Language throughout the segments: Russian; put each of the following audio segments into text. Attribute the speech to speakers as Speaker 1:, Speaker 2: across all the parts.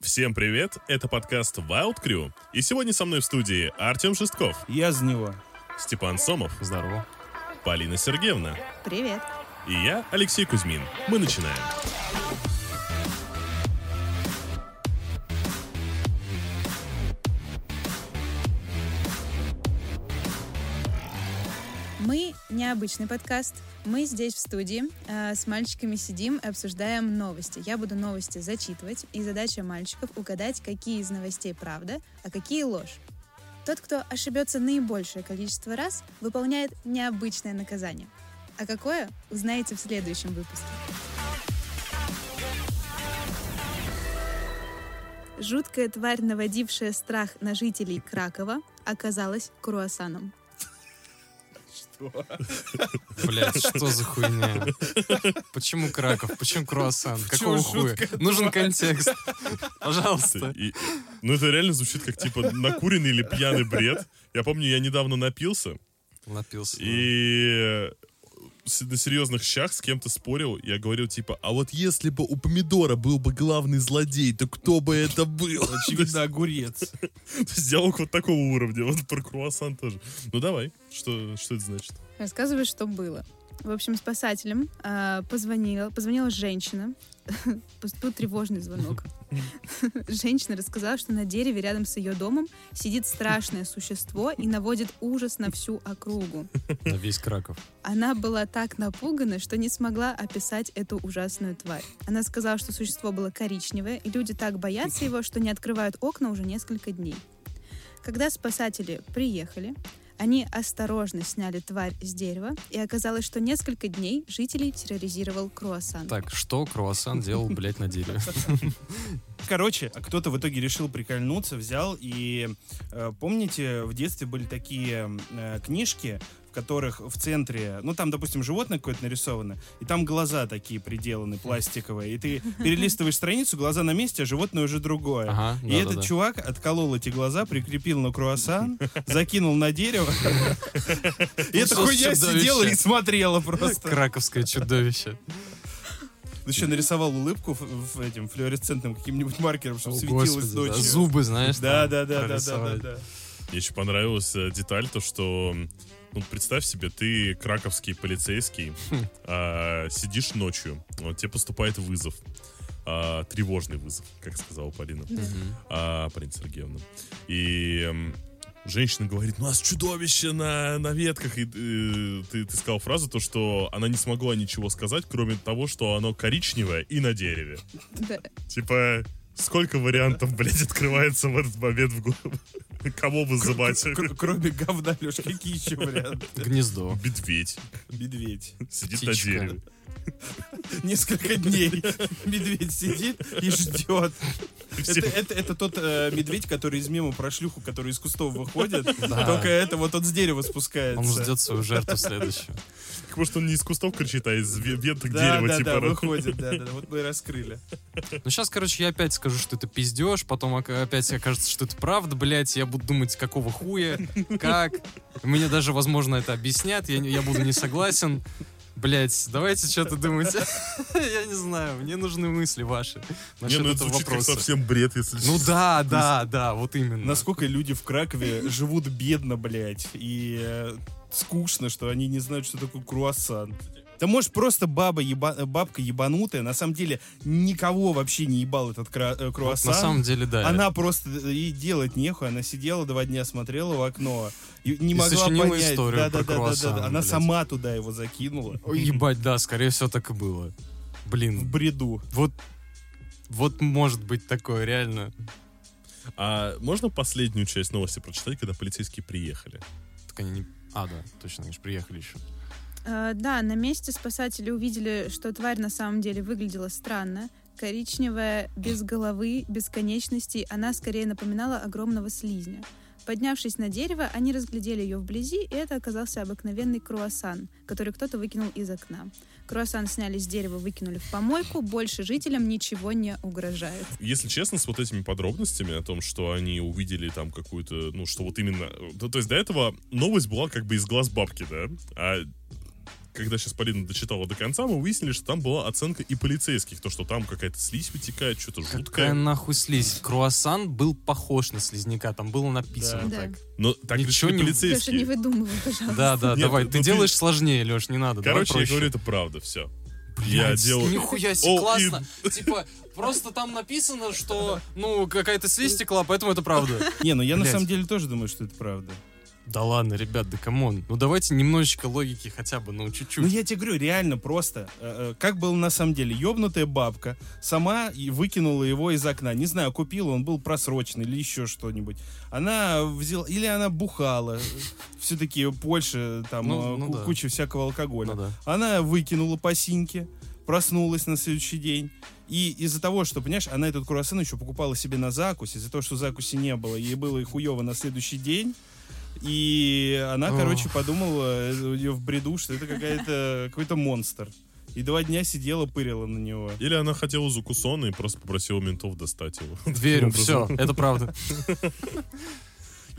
Speaker 1: Всем привет, это подкаст Wild Crew. И сегодня со мной в студии Артем Шестков,
Speaker 2: Я за него.
Speaker 1: Степан Сомов,
Speaker 3: Здорово.
Speaker 1: Полина Сергеевна
Speaker 4: Привет.
Speaker 1: и я, Алексей Кузьмин. Мы начинаем.
Speaker 4: Мы необычный подкаст. Мы здесь в студии э, с мальчиками сидим и обсуждаем новости. Я буду новости зачитывать, и задача мальчиков угадать, какие из новостей правда, а какие ложь. Тот, кто ошибется наибольшее количество раз, выполняет необычное наказание. А какое, узнаете в следующем выпуске. Жуткая тварь, наводившая страх на жителей Кракова, оказалась круассаном.
Speaker 3: Блять, что за хуйня? Почему Краков? Почему круассан? Какого хуя?
Speaker 2: жуткая
Speaker 3: Нужен контекст.
Speaker 1: Ты-
Speaker 3: Пожалуйста.
Speaker 1: и- ну это реально звучит как типа накуренный или пьяный бред. Я помню, я недавно напился
Speaker 3: Лопился.
Speaker 1: и с- на серьезных щах с кем-то спорил. Я говорил типа, а вот если бы у помидора был бы главный злодей, то кто бы это был?
Speaker 2: Очевидно, огурец.
Speaker 1: Сделок вот такого уровня. Вот про круассан тоже. Ну давай, что, что это значит?
Speaker 4: Рассказываю, что было. В общем, спасателям э, позвонила, позвонила женщина. Поступил тревожный звонок. Женщина рассказала, что на дереве рядом с ее домом сидит страшное существо и наводит ужас на всю округу.
Speaker 3: На весь Краков.
Speaker 4: Она была так напугана, что не смогла описать эту ужасную тварь. Она сказала, что существо было коричневое, и люди так боятся его, что не открывают окна уже несколько дней. Когда спасатели приехали, они осторожно сняли тварь с дерева, и оказалось, что несколько дней жителей терроризировал круассан.
Speaker 3: Так, что круассан делал, блять, на дереве?
Speaker 2: Короче, а кто-то в итоге решил прикольнуться, взял и... э, Помните, в детстве были такие э, книжки, в которых в центре, ну там, допустим, животное какое-то нарисовано, и там глаза такие приделаны, пластиковые, и ты перелистываешь страницу, глаза на месте, а животное уже другое.
Speaker 3: Ага,
Speaker 2: И
Speaker 3: да-да-да.
Speaker 2: этот чувак отколол эти глаза, прикрепил на круассан, закинул на дерево. И эта
Speaker 3: что с
Speaker 2: хуйня
Speaker 3: чудовище?
Speaker 2: сидела и смотрела просто.
Speaker 3: Краковское чудовище.
Speaker 2: Еще нарисовал улыбку в, в этим флюоресцентным каким-нибудь маркером,
Speaker 3: О,
Speaker 2: чтобы светилось
Speaker 3: господи, да.
Speaker 2: ночью.
Speaker 3: Зубы, знаешь,
Speaker 2: Да,
Speaker 3: там
Speaker 2: да, да, да, да, да,
Speaker 3: прорисовать.
Speaker 2: да.
Speaker 1: Мне еще понравилась э, деталь, то что, м, ну, представь себе, ты краковский полицейский, а, сидишь ночью, вот тебе поступает вызов, а, тревожный вызов, как сказала Полина,
Speaker 3: Мгм.
Speaker 1: а, Полина Сергеевна. И м, женщина говорит, у нас чудовище на, на ветках, и э, ты, ты сказал фразу, то что она не смогла ничего сказать, кроме того, что оно коричневое и на дереве.
Speaker 4: Да.
Speaker 1: Типа, сколько вариантов, блядь, открывается в этот момент в голову? Кого вызывать?
Speaker 2: Кр- Кроме говна, Леш, какие еще варианты?
Speaker 3: Гнездо.
Speaker 1: типа, Медведь
Speaker 2: Медведь.
Speaker 1: сидит на
Speaker 3: Птичка.
Speaker 1: дереве.
Speaker 2: Несколько дней медведь сидит и ждет.
Speaker 1: Все-
Speaker 2: Это, это- это тот э, медведь, который из мема про шлюху, который из кустов выходит.
Speaker 3: Да.
Speaker 2: Только это вот он с дерева спускается.
Speaker 3: Он ждет свою жертву следующую.
Speaker 1: Так может, он не из кустов кричит, а из ве- веток
Speaker 2: Да,
Speaker 1: дерева.
Speaker 2: да,
Speaker 1: типа,
Speaker 2: да,
Speaker 1: раз.
Speaker 2: выходит, да, да, да. Вот мы и раскрыли.
Speaker 3: Ну сейчас, короче, я опять скажу, что это пиздеж, потом ока- опять окажется, что это правда, блядь, я буду думать, какого хуя, как. Мне даже, возможно, это объяснят, я, не- я буду не согласен. Блять, давайте что-то думать. Я не знаю, мне нужны мысли ваши
Speaker 1: Не,
Speaker 3: насчет
Speaker 1: ну это
Speaker 3: этого
Speaker 1: звучит как
Speaker 3: вопроса.
Speaker 1: совсем бред, если
Speaker 3: Ну да, да, да, вот именно.
Speaker 2: Насколько люди в Кракове живут бедно, блядь, и э, скучно, что они не знают, что такое круассан. Да может просто баба еба- э, бабка ебанутая, на самом деле никого вообще не ебал этот кра- э, круассан.
Speaker 3: На самом деле, да.
Speaker 2: Она просто э, и делать нехуй, она сидела два дня, смотрела в окно и не
Speaker 3: И
Speaker 2: могла
Speaker 3: сочинила
Speaker 2: понять.
Speaker 3: историю про круассан,
Speaker 2: Она
Speaker 3: блядь.
Speaker 2: сама туда его закинула
Speaker 3: Ой, Ебать, да, скорее всего, так и было.
Speaker 2: в
Speaker 3: Блин,
Speaker 2: бреду.
Speaker 3: вот вот может быть такое, реально.
Speaker 1: А можно последнюю часть новости прочитать, когда полицейские приехали?
Speaker 3: Так они не... А, да, точно, они же приехали еще.
Speaker 4: Э, Да, на месте спасатели увидели, что тварь на самом деле выглядела странно. Коричневая, без головы, без конечностей, она скорее напоминала огромного слизня. Поднявшись на дерево, они разглядели ее вблизи, и это оказался обыкновенный круассан, который кто-то выкинул из окна. Круассан сняли с дерева, выкинули в помойку, больше жителям ничего не угрожает.
Speaker 1: Если честно, с вот этими подробностями о том, что они увидели там какую-то, ну, что вот именно... Ну, то есть до этого новость была как бы из глаз бабки, да? А когда сейчас Полина дочитала до конца, мы выяснили, что там была оценка и полицейских. То, что там какая-то слизь вытекает, что-то
Speaker 3: Какая
Speaker 1: жуткое.
Speaker 3: нахуй слизь? Круассан был похож на слизняка, там было написано
Speaker 4: Да.
Speaker 3: так.
Speaker 1: Но так решили
Speaker 3: Ничего
Speaker 4: Леша,
Speaker 3: не-
Speaker 4: не
Speaker 1: полицейские.
Speaker 4: выдумывай, пожалуйста.
Speaker 3: Да, да,
Speaker 1: Нет,
Speaker 3: давай.
Speaker 1: ну
Speaker 3: Ты
Speaker 1: ты-
Speaker 3: делаешь сложнее, Леш, не надо. давай
Speaker 1: Короче, я
Speaker 3: проще.
Speaker 1: говорю, это правда, все. я
Speaker 3: Блядь,
Speaker 1: делал...
Speaker 3: Нихуя себе,
Speaker 1: All
Speaker 3: классно. Типа, просто там написано, что, ну, какая-то слизь текла, поэтому это правда.
Speaker 2: Не, ну я на
Speaker 3: Блядь.
Speaker 2: самом деле тоже думаю, что это правда.
Speaker 3: Да ладно, ребят, да камон. Ну давайте немножечко логики хотя бы, ну чуть-чуть.
Speaker 2: Ну я тебе говорю, реально просто. э, э, Как было на самом деле? Ёбнутая бабка сама и выкинула его из окна. Не знаю, купила, он был просрочен или еще что-нибудь. Она взяла... Или она бухала. Все-таки Польша, там
Speaker 3: Ну,
Speaker 2: э,
Speaker 3: ну
Speaker 2: ку-
Speaker 3: да.
Speaker 2: куча всякого алкоголя.
Speaker 3: Ну да.
Speaker 2: Она выкинула по синьке, проснулась на следующий день. И из-за того, что, понимаешь, она этот круассан еще покупала себе на закусь, из-за того, что закуси не было, ей было и хуево на следующий день. И она,
Speaker 3: Ох.
Speaker 2: короче, подумала, э, у нее в бреду, что это какая-то, какой-то монстр. И два дня сидела, пырила на него.
Speaker 1: Или она хотела Зукусона и просто попросила ментов достать его.
Speaker 3: Верю,
Speaker 1: Таким
Speaker 3: все,
Speaker 1: образом.
Speaker 3: это правда.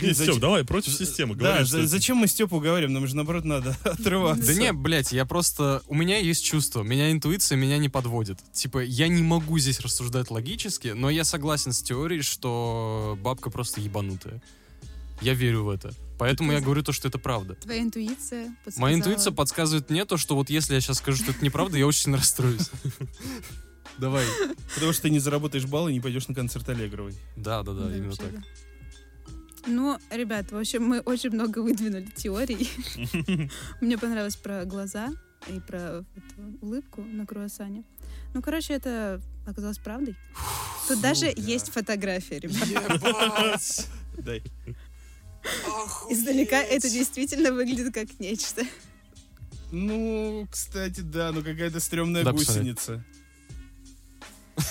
Speaker 1: Нет,
Speaker 2: Зачем-
Speaker 1: Стёп, давай, против системы.
Speaker 2: Да,
Speaker 1: Говори,
Speaker 2: за-
Speaker 1: что это-
Speaker 2: зачем мы Степу говорим? Нам же, наоборот, надо отрываться.
Speaker 3: Да не, блядь, я просто... У меня есть чувство, меня интуиция меня не подводит. Типа, я не могу здесь рассуждать логически, но я согласен с теорией, что бабка просто ебанутая. Я верю в это. Поэтому я говорю то, что это правда.
Speaker 4: Твоя интуиция подсказала.
Speaker 3: Моя интуиция подсказывает мне то, что вот если я сейчас скажу, что это неправда, я очень сильно расстроюсь. Давай.
Speaker 2: Потому что ты не заработаешь баллы и не пойдешь на концерт Аллегровой.
Speaker 3: Да, да, да, именно
Speaker 4: вообще,
Speaker 3: так.
Speaker 4: да. Ну, ребят, в общем, мы очень много выдвинули теорий. Мне понравилось про глаза и про эту улыбку на круассане. Ну, короче, это оказалось правдой. Тут даже есть фотография, ребят.
Speaker 3: Ебать!
Speaker 2: Дай.
Speaker 4: Издалека это действительно выглядит как нечто.
Speaker 2: Ну, кстати, да, ну какая-то стрёмная
Speaker 3: Да, посмотри.
Speaker 2: гусеница.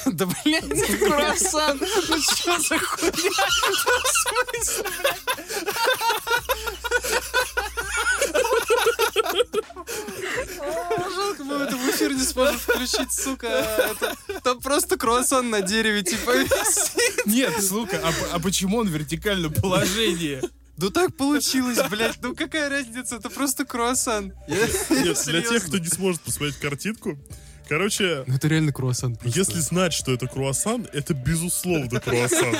Speaker 3: Да, блядь, круассан! Ну что за хуйня? В смысле, блядь? О, Жалко, мы это в эфир не сможем включить, сука. Это- Там просто круассан на дереве, типа, висит.
Speaker 2: Нет, слука, а, п- а почему он в вертикальном положении?
Speaker 3: Ну так получилось, блядь. Ну какая разница, это просто круассан. Я- я
Speaker 1: Нет, для тех,
Speaker 3: серьезно.
Speaker 1: кто не сможет посмотреть картинку, короче,
Speaker 3: Ну это реально круассан. просто.
Speaker 1: если знать, что это круассан, это безусловно круассан.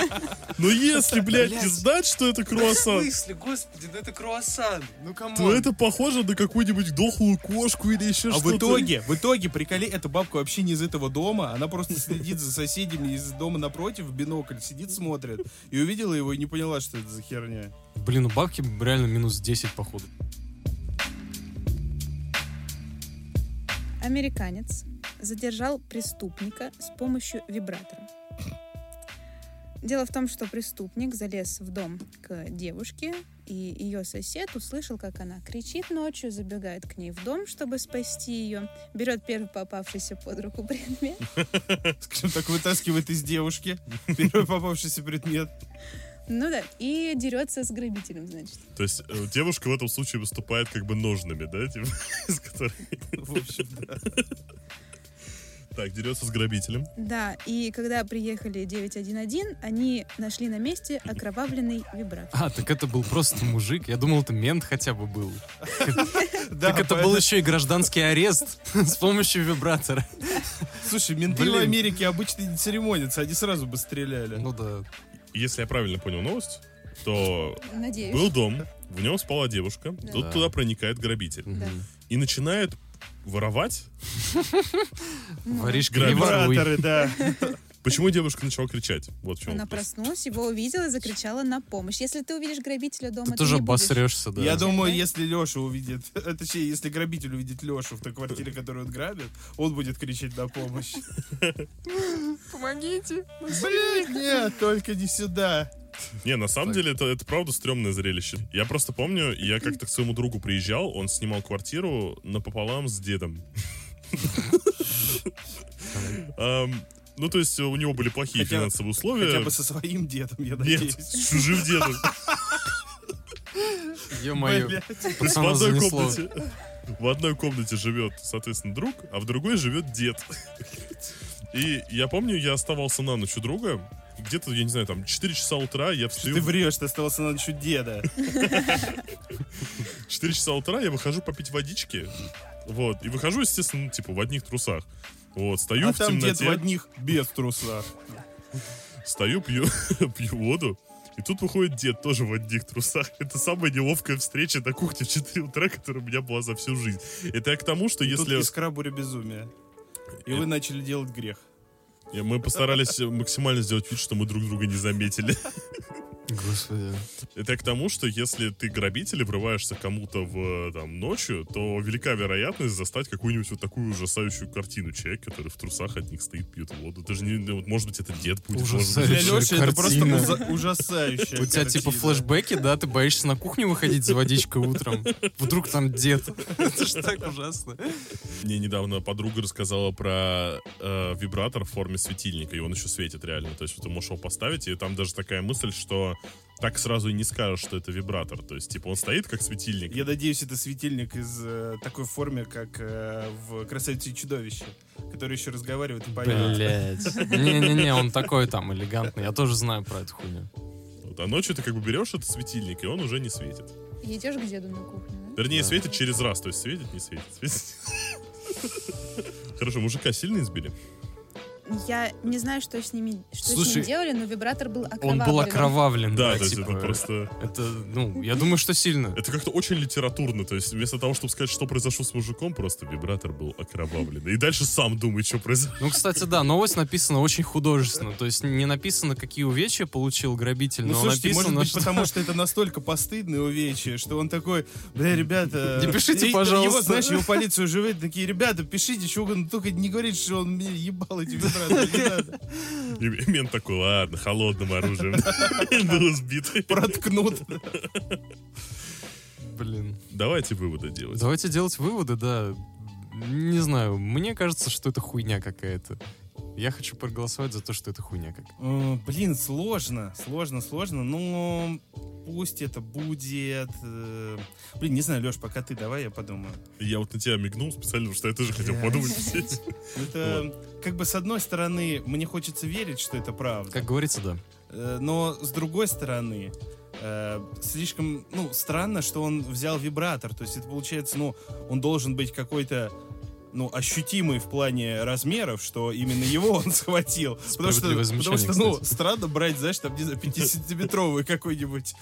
Speaker 1: Но если, блядь, не
Speaker 3: Блядь.
Speaker 1: знать, что это
Speaker 3: Да В
Speaker 1: круассан,
Speaker 3: смысле, господи, ну это круассан. Ну
Speaker 1: то
Speaker 3: камон.
Speaker 1: это похоже на какую-нибудь дохлую кошку или еще
Speaker 2: А
Speaker 1: что-то.
Speaker 2: в итоге, в итоге, приколи, эта бабка вообще не из этого дома, она просто следит за соседями из дома напротив в бинокль, сидит, смотрит, и увидела его и не поняла, что это за херня.
Speaker 3: Блин, у бабки реально минус 10, походу.
Speaker 4: Американец задержал преступника с помощью вибратора. Дело в том, что преступник залез в дом к девушке, и ее сосед услышал, как она кричит ночью, забегает к ней в дом, чтобы спасти ее, берет первый попавшийся под руку предмет,
Speaker 2: Скажем так, вытаскивает из девушки первый попавшийся предмет.
Speaker 4: ну да, и дерется с грабителем, значит.
Speaker 1: То есть э, девушка в этом случае выступает как бы ножными, да? типа, из которых-
Speaker 2: В общем, да.
Speaker 1: Так, дерется с грабителем.
Speaker 4: Да, и когда приехали 911, они нашли на месте окровавленный вибратор.
Speaker 3: А, так это был просто мужик. Я думал, это мент хотя бы был.
Speaker 2: Да,
Speaker 3: так это
Speaker 2: поэтому-
Speaker 3: был еще и гражданский арест с помощью вибратора.
Speaker 2: Слушай, менты в
Speaker 3: Блин.
Speaker 2: Америке обычно не церемонятся, они сразу бы стреляли.
Speaker 3: Ну да.
Speaker 1: Если я правильно понял новость, то
Speaker 4: Надеюсь.
Speaker 1: был дом, в нем спала девушка, тут
Speaker 3: Да.
Speaker 1: туда проникает грабитель.
Speaker 4: Да.
Speaker 3: Мгм.
Speaker 1: И начинает воровать
Speaker 3: Воришка, Ну. не воруй.
Speaker 2: Вибраторы, да.
Speaker 1: Почему девушка начала кричать? Вот в чем
Speaker 4: Она
Speaker 1: вопрос.
Speaker 4: проснулась, его увидела и закричала на помощь. Если ты увидишь грабителя дома,
Speaker 3: Ты
Speaker 4: ты
Speaker 3: тоже
Speaker 4: не будешь.
Speaker 3: обосрешься, да.
Speaker 2: Я думаю,
Speaker 4: Да.
Speaker 2: если Леша увидит, э, точнее, если грабитель увидит Лешу в той квартире, которую он грабит, он будет кричать на помощь.
Speaker 3: Помогите.
Speaker 2: Блин, нет, только не сюда.
Speaker 1: Не, на самом
Speaker 3: Так.
Speaker 1: деле это, это правда стрёмное зрелище. Я просто помню, я как-то к своему другу приезжал, он снимал квартиру напополам с дедом. Эм, Ну, то есть у него были плохие
Speaker 2: Хотя-
Speaker 1: финансовые
Speaker 2: Хотя
Speaker 1: условия.
Speaker 2: бы со своим дедом, я
Speaker 1: Нет,
Speaker 2: надеюсь.
Speaker 1: с чужим дедом.
Speaker 3: Ё-моё.
Speaker 2: Блядь.
Speaker 1: В
Speaker 3: Пацана
Speaker 1: одной
Speaker 3: занесло.
Speaker 1: комнате. В одной комнате живет, соответственно, друг, а в другой живет дед. И я помню, я оставался на ночь у друга. Где-то, я не знаю, там 4 часа утра я встаю.
Speaker 2: Ты врешь, ты остался на ночь у деда.
Speaker 1: 4 часа утра я выхожу попить водички. Вот. И выхожу, естественно, ну, типа, в одних трусах. Вот, стою
Speaker 2: А
Speaker 1: в
Speaker 2: там дед
Speaker 1: темноте.
Speaker 2: в одних без труса.
Speaker 1: Стою, пью, пью воду. И тут выходит дед тоже в одних трусах. Это самая неловкая встреча на кухне в 4 утра, которая у меня была за всю жизнь. Это я к тому, что
Speaker 2: Тут
Speaker 1: если...
Speaker 2: искра буря безумия. И вы начали делать грех.
Speaker 1: И Мы постарались максимально сделать вид, что мы друг друга не заметили.
Speaker 3: Господи.
Speaker 1: Это я к тому, что если ты грабитель и врываешься кому-то в э, там ночью, то велика вероятность застать какую-нибудь вот такую ужасающую картину. Человек, который в трусах от них стоит, пьет воду. Даже не, ну, вот, может быть, это дед будет. может
Speaker 3: Ужасающе.
Speaker 1: быть.
Speaker 2: Для
Speaker 3: Короче,
Speaker 2: Леши это просто
Speaker 3: картина.
Speaker 2: уза- ужасающая
Speaker 3: У тебя типа
Speaker 2: картина.
Speaker 3: флешбеки, да? Ты боишься на кухню выходить за водичкой утром? Вдруг там дед. Это ж так ужасно.
Speaker 1: Мне недавно подруга рассказала про э, вибратор в форме светильника, и он еще светит реально. То есть вот ты можешь его поставить, и там даже такая мысль, что так сразу и не скажешь, что это вибратор. То есть, типа, он стоит как светильник.
Speaker 2: Я надеюсь, это светильник из э, такой форме, как э, в «Красавице и чудовище», который еще разговаривает и поет.
Speaker 3: Блять. Не-не-не, он такой там элегантный. Я тоже знаю про эту хуйню.
Speaker 1: Вот, а ночью ты как бы берешь этот светильник, и он уже не светит.
Speaker 4: Идешь к деду на кухню, да?
Speaker 1: Вернее,
Speaker 3: Да.
Speaker 1: светит через раз, то есть светит, не светит. светит. Хорошо, мужика сильно избили?
Speaker 4: Я не знаю, что с ними, что с
Speaker 3: Слушай,
Speaker 4: ним делали, но вибратор был
Speaker 3: Он
Speaker 4: окровавлен.
Speaker 3: был окровавлен.
Speaker 1: Да, то есть
Speaker 3: типа,
Speaker 1: это просто...
Speaker 3: Это, ну, я думаю, что сильно.
Speaker 1: Это как-то очень литературно, то есть вместо того, чтобы сказать, что произошло с мужиком, просто вибратор был окровавлен. И дальше сам думает, что произошло.
Speaker 3: Ну, кстати, да, новость написана очень художественно. То есть не написано, какие увечья получил грабитель,
Speaker 2: Ну,
Speaker 3: но
Speaker 2: слушайте, может
Speaker 3: написано,
Speaker 2: быть,
Speaker 3: что...
Speaker 2: потому что это настолько постыдное увечье, что он такой, бля, ребята...
Speaker 3: Не
Speaker 2: и-
Speaker 3: пишите,
Speaker 2: Его,
Speaker 3: пожалуйста.
Speaker 2: знаешь, его полицию живет, такие, ребята, пишите, чего угодно, только не говорите, что он мне ебал эти вибраторы, не надо.
Speaker 1: И мент такой, ладно, холодным оружием. И Был сбит.
Speaker 2: Проткнут.
Speaker 3: Блин.
Speaker 1: Давайте выводы делать.
Speaker 3: Давайте делать выводы, да. Не знаю, мне кажется, что это хуйня какая-то. Я хочу проголосовать за то, что это хуйня какая-то.
Speaker 2: Э, Блин, сложно, сложно, сложно, но пусть это будет... э, Блин, не знаю, Леш, пока ты, давай я подумаю.
Speaker 1: Я вот на тебя мигнул специально, потому что я тоже хотел
Speaker 2: Блядь.
Speaker 1: подумать. сидеть.
Speaker 2: Это как бы с одной стороны, мне хочется верить, что это правда.
Speaker 3: Как говорится, да.
Speaker 2: Э, Но с другой стороны, э, слишком, ну, странно, что он взял вибратор. То есть это получается, ну, он должен быть какой-то, ну, ощутимый в плане размеров, что именно его он схватил. Потому что,
Speaker 3: Справедливое
Speaker 2: потому
Speaker 3: замечание,
Speaker 2: что, ну,
Speaker 3: кстати.
Speaker 2: странно брать, знаешь, там, не знаю, 50-сантиметровый какой-нибудь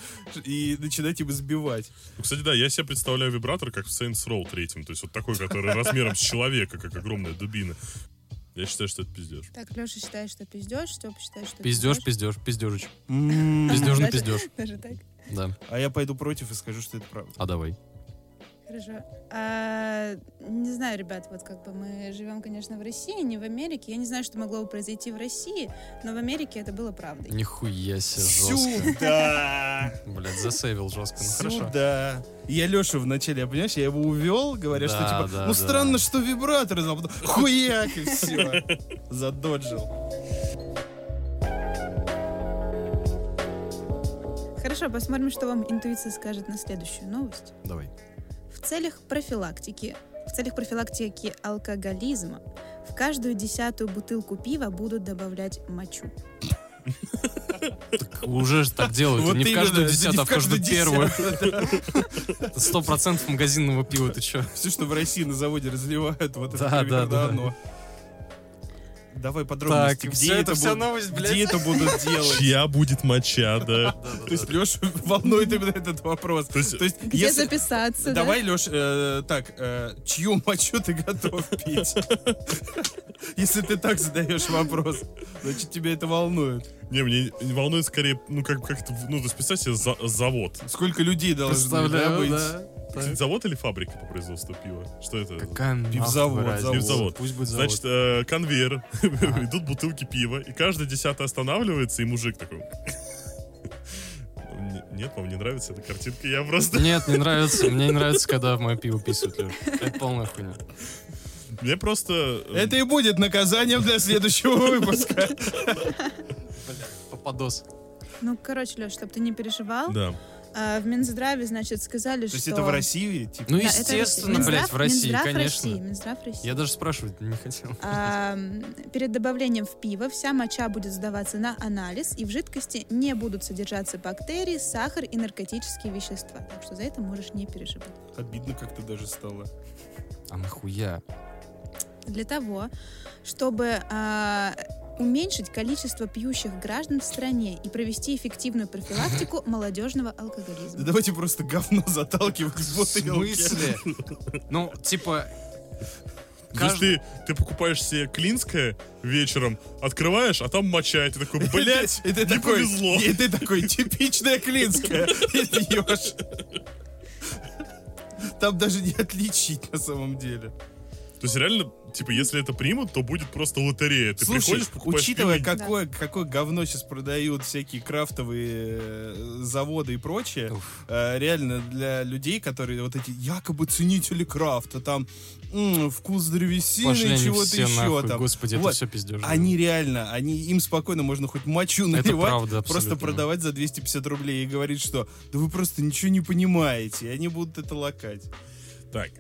Speaker 2: и начинать им избивать.
Speaker 1: Ну, Кстати, да, я себе представляю вибратор как в Saints Row третьем. То есть вот такой, который размером с человека, как огромная дубина. Я считаю, что это пиздеж.
Speaker 4: Так, Леша считает, что пиздешь, Степа считает, что
Speaker 3: Пиздеж, пиздеж, пиздежич.
Speaker 2: А
Speaker 3: Пиздежный
Speaker 4: Даже-
Speaker 3: пиздеж.
Speaker 4: Даже так.
Speaker 3: Да.
Speaker 2: я пойду против и скажу, что это правда.
Speaker 3: А давай.
Speaker 4: Хорошо. А, не знаю, ребят, вот как бы мы живем, конечно, в России, не в Америке. Я не знаю, что могло бы произойти в России, но в Америке это было правдой.
Speaker 3: Нихуя себе жестко.
Speaker 2: Сюда!
Speaker 3: Блять, засейвил жестко. Ну хорошо.
Speaker 2: Сюда. Я Лешу вначале, я, понимаешь, я его увел, говоря, что
Speaker 3: Да,
Speaker 2: типа,
Speaker 3: да,
Speaker 2: ну
Speaker 3: да.
Speaker 2: странно, что вибратор, а потом хуяк и все. Задоджил.
Speaker 4: Хорошо, посмотрим, что вам интуиция скажет на следующую новость.
Speaker 3: Давай.
Speaker 4: В целях профилактики, в целях профилактики алкоголизма в каждую десятую бутылку пива будут добавлять мочу.
Speaker 3: Уже ж так делают.
Speaker 2: Вот
Speaker 3: Не в
Speaker 2: именно,
Speaker 3: каждую
Speaker 2: да не
Speaker 3: десятую, а в каждую первую.
Speaker 2: десятую,
Speaker 3: Сто процентов магазинного пива, ты чё?
Speaker 2: да. Все, что в России на заводе разливают, вот это
Speaker 3: Да, да,
Speaker 2: примерно
Speaker 3: да.
Speaker 2: оно. Давай
Speaker 3: Так,
Speaker 2: подробности,
Speaker 3: все
Speaker 2: где
Speaker 3: это
Speaker 2: это
Speaker 3: вся
Speaker 2: будут-
Speaker 3: новость,
Speaker 2: где
Speaker 3: блядь.
Speaker 2: это будут делать.
Speaker 1: Чья будет моча, да?
Speaker 2: То есть Леша волнует именно этот вопрос.
Speaker 1: То есть-
Speaker 2: То есть,
Speaker 4: Где
Speaker 2: если...
Speaker 4: записаться? да?
Speaker 2: Давай, Леш, э, так, э, чью мочу ты готов пить? Если ты так задаешь вопрос, значит, тебя это волнует.
Speaker 1: Не, мне не волнует скорее, ну, как, как это, ну, то есть, представь себе за- завод.
Speaker 2: Сколько людей должно
Speaker 3: Представляю,
Speaker 2: быть?
Speaker 3: да.
Speaker 1: Кстати, завод или фабрика по производству пива? Что это?
Speaker 3: Какая нахуй
Speaker 2: Пивзавод,
Speaker 3: разница?
Speaker 2: завод.
Speaker 1: Пивзавод.
Speaker 3: Пусть будет завод. А.
Speaker 1: Значит, э, конвейер, идут бутылки пива, и каждый десятый останавливается, и мужик такой... «Н- Нет, вам не нравится эта картинка, я просто...
Speaker 3: Нет, не нравится. Мне не нравится, когда в мое пиво писают, Лёш. Это полная хуйня.
Speaker 1: Мне просто... э,
Speaker 2: Это и будет наказанием для следующего выпуска.
Speaker 3: Попадос.
Speaker 4: Ну, короче, Леш, чтобы ты не переживал,
Speaker 1: Да.
Speaker 4: а, А в Минздраве, значит, сказали,
Speaker 2: То
Speaker 4: что...
Speaker 2: есть это в России, типа,
Speaker 3: Ну,
Speaker 4: Да, это
Speaker 3: естественно,
Speaker 4: Минздрав-
Speaker 3: блядь, в России,
Speaker 4: Минздрав
Speaker 3: конечно.
Speaker 4: России, Минздрав России.
Speaker 3: Я даже спрашивать не хотел.
Speaker 4: А, м, перед добавлением в пиво вся моча будет сдаваться на анализ, и в жидкости не будут содержаться бактерии, сахар и наркотические вещества. Так что за это можешь не переживать.
Speaker 2: обидно как-то даже стало.
Speaker 3: А нахуя?
Speaker 4: Для того, чтобы а, уменьшить количество пьющих граждан в стране и провести эффективную профилактику молодежного
Speaker 2: Да
Speaker 4: алкоголизма.
Speaker 2: давайте просто говно заталкивать в
Speaker 3: В
Speaker 2: бутылки.
Speaker 3: смысле? Ну, типа...
Speaker 1: То есть ты, ты покупаешь себе клинское вечером, открываешь, а там моча, и ты такой, блядь,
Speaker 2: И ты
Speaker 1: не
Speaker 2: такой,
Speaker 1: повезло.
Speaker 2: И ты такой, типичная клинская. И пьешь. Там даже не отличить на самом деле.
Speaker 1: То есть реально, типа, если это примут, то будет просто лотерея. Ты
Speaker 2: Слушай,
Speaker 1: приходишь, покупаешь
Speaker 2: учитывая,
Speaker 1: пиво и-
Speaker 2: какое, какое говно сейчас продают всякие крафтовые э, заводы и прочее, э, реально для людей, которые вот эти якобы ценители крафта, там м, вкус древесины
Speaker 3: Пошли
Speaker 2: и
Speaker 3: они
Speaker 2: чего-то
Speaker 3: все
Speaker 2: еще
Speaker 3: нахуй,
Speaker 2: там.
Speaker 3: господи,
Speaker 2: Вот.
Speaker 3: это все пиздеж.
Speaker 2: Они реально, они им спокойно можно хоть мочу
Speaker 3: Это
Speaker 2: наливать,
Speaker 3: правда,
Speaker 2: просто
Speaker 3: абсолютно.
Speaker 2: продавать за 250 рублей и говорить, что да вы просто ничего не понимаете, и они будут это лакать.
Speaker 1: Так,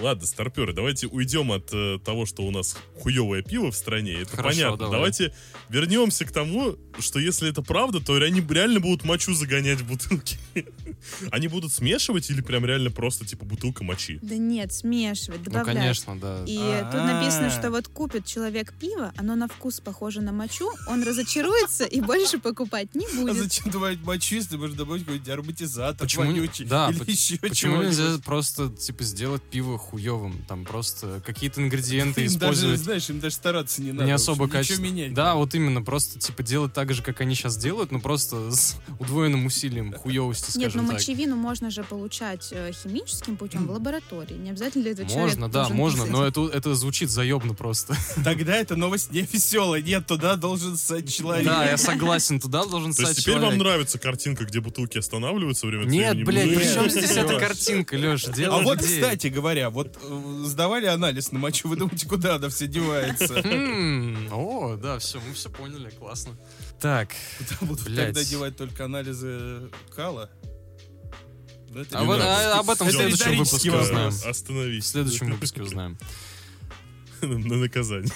Speaker 1: ладно, старперы, давайте уйдем от э, того, что у нас хуевое пиво в стране. Это
Speaker 3: Хорошо,
Speaker 1: понятно.
Speaker 3: давай.
Speaker 1: Давайте вернемся к тому, что если это правда, то они реально будут мочу загонять в бутылки. Они будут смешивать или прям реально просто типа бутылка мочи?
Speaker 4: Да нет, смешивать,
Speaker 3: Ну,
Speaker 4: добавлять.
Speaker 3: конечно, да.
Speaker 4: И тут написано,
Speaker 2: А-а.
Speaker 4: что вот купит человек пиво, оно на вкус похоже на мочу, он разочаруется и больше покупать не
Speaker 2: А
Speaker 4: будет.
Speaker 2: зачем добавить мочу, если можно добавить какой-нибудь ароматизатор
Speaker 3: Почему не-
Speaker 2: вонючий
Speaker 3: да,
Speaker 2: или
Speaker 3: по-
Speaker 2: еще
Speaker 3: Почему
Speaker 2: чего-нибудь?
Speaker 3: нельзя просто, типа, сделать пиво хуевым? Там просто какие-то ингредиенты
Speaker 2: Им даже,
Speaker 3: использовать
Speaker 2: знаешь, им даже стараться не надо.
Speaker 3: не
Speaker 2: в общем,
Speaker 3: особо
Speaker 2: Ничего
Speaker 3: качественно.
Speaker 2: менять.
Speaker 3: Да, вот именно, просто, типа, делать так же, как они сейчас делают, но просто с удвоенным усилием хуевости,
Speaker 4: Нет, ну
Speaker 3: скажем так.
Speaker 4: мочевину можно же получать э, химическим путем в лаборатории. Не обязательно для этого человек
Speaker 3: Можно, да,
Speaker 4: должен
Speaker 3: можно,
Speaker 4: писать.
Speaker 3: но это, это звучит заебно просто.
Speaker 2: Тогда эта новость не веселая. Нет, туда должен ссать человек. А
Speaker 3: Да, я согласен, туда должен
Speaker 1: То есть
Speaker 3: стать
Speaker 1: теперь вам
Speaker 3: человек.
Speaker 1: нравится картинка, где бутылки останавливаются время от
Speaker 3: Нет,
Speaker 1: времени?
Speaker 3: блядь,
Speaker 1: Ну,
Speaker 3: при чем здесь эта
Speaker 1: Лёш,
Speaker 3: картинка, Леш? Дело
Speaker 2: А вот,
Speaker 3: людей.
Speaker 2: кстати говоря, вот э, сдавали анализ на мочу, вы думаете, куда она все девается?
Speaker 3: М, О, да, все, мы все поняли, классно. Так,
Speaker 2: Куда будут
Speaker 3: Блядь.
Speaker 2: тогда девать только анализы кала? Ну, это
Speaker 3: а
Speaker 2: не
Speaker 3: вот,
Speaker 2: надо.
Speaker 3: а- об этом в
Speaker 1: Это
Speaker 3: следующем
Speaker 2: риторический
Speaker 3: выпуске
Speaker 2: вопрос.
Speaker 3: узнаем. В
Speaker 1: Остановись.
Speaker 3: следующем выпуске узнаем.
Speaker 1: На наказание.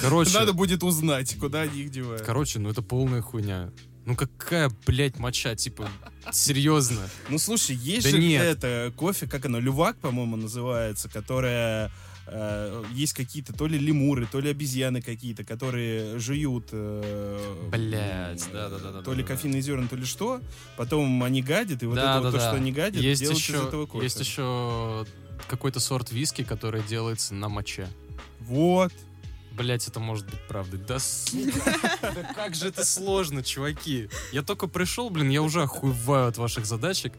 Speaker 3: Короче,
Speaker 2: Надо будет узнать, куда они их девают.
Speaker 3: короче, ну это полная хуйня. Ну какая, блядь, моча, типа, серьезно.
Speaker 2: Ну слушай, есть
Speaker 3: Да
Speaker 2: же
Speaker 3: нет.
Speaker 2: это кофе, как оно, лювак, по-моему, называется, которая э, есть какие-то то ли лемуры, то ли обезьяны какие-то, которые жуют э,
Speaker 3: Блядь,
Speaker 2: м,
Speaker 3: да-да-да-да-да-да.
Speaker 2: то ли кофейные зерна, то ли что, потом они гадят, и вот
Speaker 3: Да,
Speaker 2: это вот
Speaker 3: да,
Speaker 2: то,
Speaker 3: да.
Speaker 2: что они гадят,
Speaker 3: Есть
Speaker 2: делают
Speaker 3: еще,
Speaker 2: из этого кофе.
Speaker 3: Есть еще какой-то сорт виски, который делается на моче.
Speaker 2: Вот.
Speaker 3: Блять, это может быть правдой. Да сука. Да как же это сложно, чуваки. Я только пришел, блин, я уже охуеваю от ваших задачек.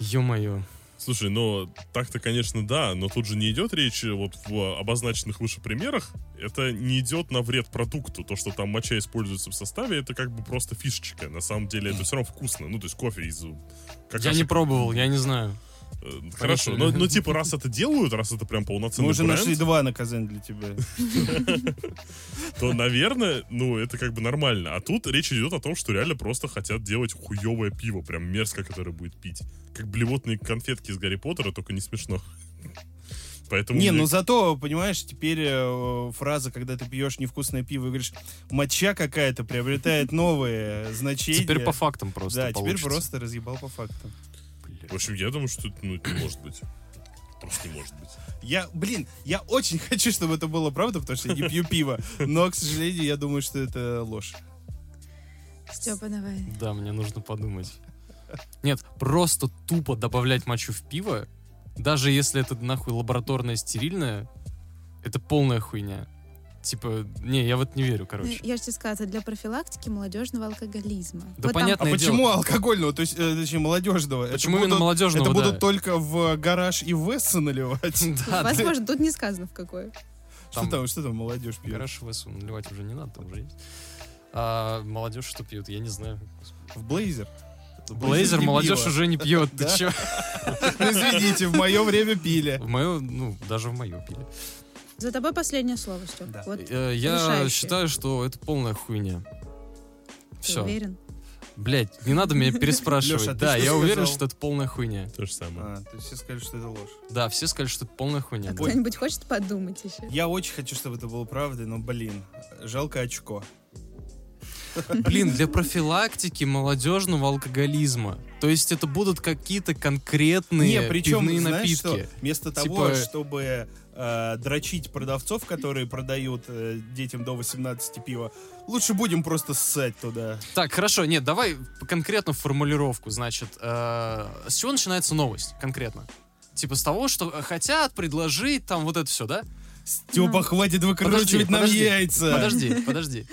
Speaker 3: Ё-моё.
Speaker 1: Слушай, ну так-то, конечно, да, но тут же не идет речь э, вот в обозначенных выше примерах. Это не идет на вред продукту. То, что там моча используется в составе, это как бы просто фишечка. На самом деле это все равно вкусно. Ну, то есть кофе из... э,
Speaker 3: Я не
Speaker 1: какашек.
Speaker 3: пробовал, я не знаю.
Speaker 1: Э, Хорошо, но, ну, типа раз это делают, раз это прям полноценный
Speaker 2: Мы уже
Speaker 1: бренд,
Speaker 2: нашли два наказания для тебя.
Speaker 1: то, наверное, ну, это как бы нормально. А тут речь идет о том, что реально просто хотят делать хуевое пиво, прям мерзко, которое будет пить. Как блевотные конфетки из Гарри Поттера, только не смешно. Поэтому...
Speaker 2: Не,
Speaker 1: мне
Speaker 2: ну зато, понимаешь, теперь э, фраза, когда ты пьешь невкусное пиво и говоришь, моча какая-то приобретает новые значения.
Speaker 3: Теперь по фактам просто
Speaker 2: Да,
Speaker 3: получится.
Speaker 2: теперь просто разъебал по факту.
Speaker 1: В общем, я думаю, что это, ну, это не может быть. Просто не может быть.
Speaker 2: Я, блин, я очень хочу, чтобы это было правда, потому что я не пью пиво. Но, к сожалению, я думаю, что это ложь.
Speaker 4: Степа, давай.
Speaker 3: Да, мне нужно подумать. Нет, просто тупо добавлять мочу в пиво, даже если это нахуй лабораторное стерильное, это полная хуйня. Типа, не, я вот не верю,
Speaker 4: Ну,
Speaker 3: короче.
Speaker 4: Я же тебе сказала, это для профилактики молодежного алкоголизма.
Speaker 3: Да
Speaker 2: А
Speaker 4: Вот там-
Speaker 3: понятно. Понятное
Speaker 2: почему алкогольного, то есть, э, точнее, молодежного? Это
Speaker 3: Почему именно
Speaker 2: будут-
Speaker 3: молодежного?
Speaker 2: Это
Speaker 3: да.
Speaker 2: будут только в гараж и в Эссе наливать?
Speaker 3: Да, да.
Speaker 4: Возможно, тут не сказано в какой.
Speaker 2: Что там, что там молодежь пьет?
Speaker 3: Гараж ВСУ наливать уже не надо, там уже есть. А молодежь что пьет, я не знаю.
Speaker 2: В Блейзер?
Speaker 3: Блейзер
Speaker 2: не
Speaker 3: молодежь
Speaker 2: пиво.
Speaker 3: уже не пьет, ты
Speaker 2: Да?
Speaker 3: чё?
Speaker 2: Ну, извините, в мое время пили.
Speaker 3: В мою, ну, даже в мою пили.
Speaker 4: За тобой последнее слово, Степ.
Speaker 2: Да.
Speaker 4: Вот,
Speaker 3: Э, Я
Speaker 4: решающее.
Speaker 3: считаю, что это полная хуйня.
Speaker 4: ты
Speaker 3: Все.
Speaker 4: уверен?
Speaker 3: Блять, не надо меня переспрашивать.
Speaker 2: Лёша, а ты
Speaker 3: да,
Speaker 2: что
Speaker 3: я уверен,
Speaker 2: сказал?
Speaker 3: что это полная хуйня.
Speaker 1: То же самое.
Speaker 2: А, то есть все сказали, что это ложь.
Speaker 3: Да, все сказали, что это полная хуйня.
Speaker 4: А
Speaker 3: да.
Speaker 4: кто-нибудь хочет подумать еще?
Speaker 2: Я очень хочу, чтобы это было правдой, но, блин, жалко очко.
Speaker 3: Блин, для профилактики молодежного алкоголизма. То есть это будут какие-то конкретные
Speaker 2: Не, причем,
Speaker 3: пивные
Speaker 2: знаешь
Speaker 3: напитки.
Speaker 2: что, вместо того,
Speaker 3: Типа-
Speaker 2: чтобы э, дрочить продавцов, которые продают э, детям до 18 пива, лучше будем просто ссать туда.
Speaker 3: Так, хорошо, нет, давай конкретно формулировку. Значит, э, с чего начинается новость конкретно? Типа с того, что хотят предложить, там вот это все, да?
Speaker 2: Степа,
Speaker 4: Ну.
Speaker 2: хватит
Speaker 3: Подожди,
Speaker 2: выкручивать нам
Speaker 3: подожди,
Speaker 2: яйца.
Speaker 3: Подожди, подожди.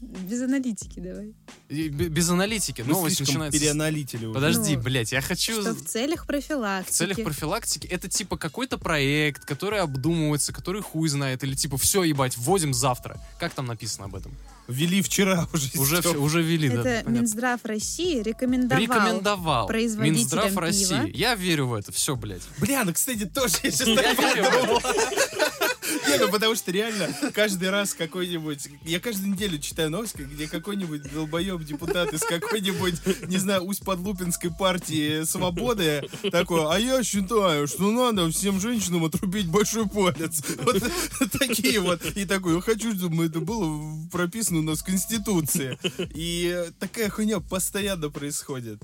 Speaker 4: Без аналитики давай.
Speaker 3: И б- Без аналитики.
Speaker 2: Мы
Speaker 3: Новость
Speaker 2: слишком
Speaker 3: начинается. с-
Speaker 2: переаналитили уже.
Speaker 3: Подожди,
Speaker 4: Ну,
Speaker 3: блядь, я хочу.
Speaker 4: Что в целях профилактики.
Speaker 3: В целях профилактики это типа какой-то проект, который обдумывается, который хуй знает, или типа все, ебать, вводим завтра. Как там написано об этом?
Speaker 2: Ввели вчера уже.
Speaker 3: Уже
Speaker 2: Стёп.
Speaker 3: все, уже ввели, да,
Speaker 4: Это
Speaker 3: понятно.
Speaker 4: Минздрав России рекомендовал.
Speaker 3: Рекомендовал.
Speaker 4: производителям
Speaker 3: Минздрав
Speaker 4: пива.
Speaker 3: России. Я верю в это, все, блядь.
Speaker 2: Бля, ну, кстати, тоже я сейчас
Speaker 3: Я верю в это.
Speaker 2: Не, ну потому что реально каждый раз какой-нибудь... Я каждую неделю читаю новости, где какой-нибудь долбоеб депутат из какой-нибудь, не знаю, Усть-Подлупинской партии Свободы такой, а я считаю, что надо всем женщинам отрубить большой палец. Вот такие вот. И такой, я хочу, чтобы это было прописано у нас в Конституции. И такая хуйня постоянно происходит.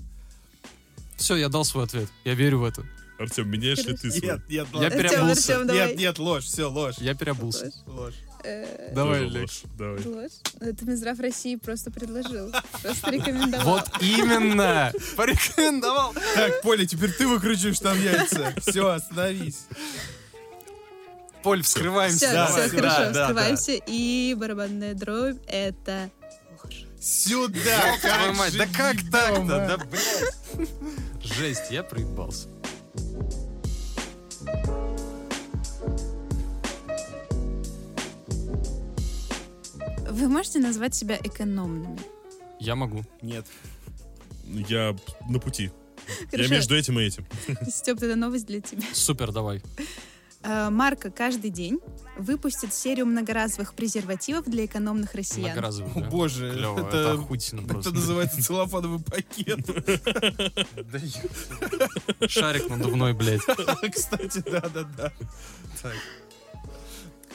Speaker 3: Все, я дал свой ответ. Я верю в это.
Speaker 1: Артем, меняешь ли ты свой?
Speaker 2: Нет, нет,
Speaker 3: Я
Speaker 2: ладно.
Speaker 4: Артём,
Speaker 3: переобулся.
Speaker 4: Артём, давай.
Speaker 2: Нет, нет, ложь, все, ложь.
Speaker 3: Я переобулся.
Speaker 4: Ложь.
Speaker 2: Ложь.
Speaker 4: Э,
Speaker 3: Давай,
Speaker 1: Тоже
Speaker 3: Олег.
Speaker 1: ложь. Давай.
Speaker 4: ложь? Это Минздрав России просто предложил. Просто рекомендовал.
Speaker 3: Вот именно! Порекомендовал.
Speaker 2: Так, Поля, теперь ты выкручиваешь там яйца. Все, остановись.
Speaker 3: Поль, вскрываемся.
Speaker 4: Все,
Speaker 2: Да,
Speaker 3: давай.
Speaker 2: да,
Speaker 4: все, хорошо,
Speaker 3: Да, да, да.
Speaker 4: скрываемся. И барабанная дробь — это ложь.
Speaker 2: Сюда,
Speaker 3: Твою
Speaker 2: как
Speaker 3: мать,
Speaker 2: же
Speaker 3: да как
Speaker 2: ебёма.
Speaker 3: так-то? Да, блядь. Жесть, я проебался.
Speaker 4: Вы можете назвать себя экономными?
Speaker 3: Я могу.
Speaker 2: Нет.
Speaker 1: Я на пути. Я
Speaker 4: Хорошо.
Speaker 1: между этим и этим.
Speaker 4: Степ, это новость для тебя.
Speaker 3: Супер, давай.
Speaker 4: Э, Марка каждый день выпустит серию многоразовых презервативов для экономных россиян.
Speaker 3: Многоразовый.
Speaker 2: О,
Speaker 3: да?
Speaker 2: боже,
Speaker 3: Клёво,
Speaker 2: это-
Speaker 3: это охуительно
Speaker 2: Это
Speaker 3: просто.
Speaker 2: называется целлофановый пакет.
Speaker 3: Шарик надувной, блядь.
Speaker 2: Кстати, да-да-да.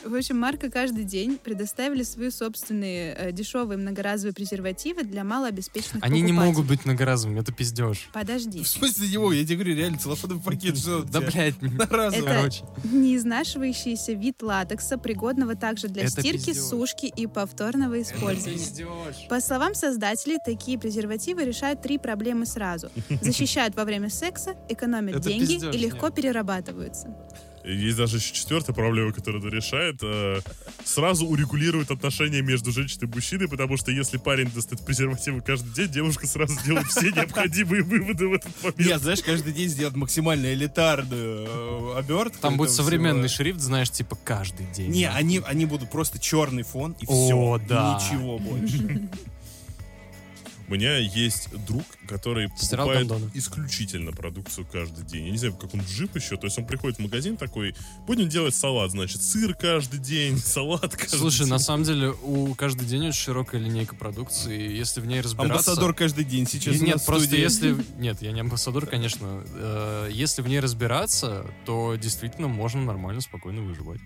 Speaker 4: В общем, Марка каждый день предоставили свои собственные э, дешевые многоразовые презервативы для малообеспеченных
Speaker 3: Они не
Speaker 4: покупателей.
Speaker 3: могут быть многоразовыми, это пиздеж.
Speaker 4: Подожди.
Speaker 2: В смысле его? Я тебе говорю, реально целлофановый пакет. Что у
Speaker 3: Да,
Speaker 2: тебя?
Speaker 3: блядь.
Speaker 2: На разу.
Speaker 4: Это-
Speaker 3: Короче,
Speaker 4: Неизнашивающийся вид латекса, пригодного также для
Speaker 3: Это
Speaker 4: стирки,
Speaker 3: пиздёж.
Speaker 4: сушки и повторного использования. По словам создателей, такие презервативы решают три проблемы сразу. Защищают во время секса, экономят
Speaker 3: Это
Speaker 4: деньги
Speaker 3: пиздёж,
Speaker 4: и легко
Speaker 3: нет.
Speaker 4: перерабатываются.
Speaker 1: Есть даже еще четвертая проблема, которую это решает. э, Сразу урегулирует отношения между женщиной и мужчиной, потому что если парень достает презервативы каждый день, девушка сразу делает все необходимые выводы в этот момент.
Speaker 2: Нет, знаешь, каждый день сделать максимально элитарную э, обертку.
Speaker 3: Там будет
Speaker 2: этого
Speaker 3: современный
Speaker 2: всего.
Speaker 3: шрифт, знаешь, типа каждый день.
Speaker 2: Не, а они, они будут просто черный фон и
Speaker 3: О,
Speaker 2: все.
Speaker 3: да.
Speaker 2: Ничего больше.
Speaker 1: У меня есть друг, который
Speaker 3: Стирал
Speaker 1: покупает
Speaker 3: гондоны.
Speaker 1: исключительно продукцию каждый день. Я не знаю, как он джип еще. То есть он приходит в магазин такой, будем делать салат, значит, сыр каждый день, салат каждый
Speaker 3: Слушай,
Speaker 1: день.
Speaker 3: на самом деле у каждый день очень широкая линейка продукции, и если в ней разбираться...
Speaker 2: Амбассадор каждый день сейчас у
Speaker 3: Нет,
Speaker 2: нас в
Speaker 3: просто
Speaker 2: студии.
Speaker 3: если... Нет, я не амбассадор, конечно. Э, Если в ней разбираться, то действительно можно нормально, спокойно выживать.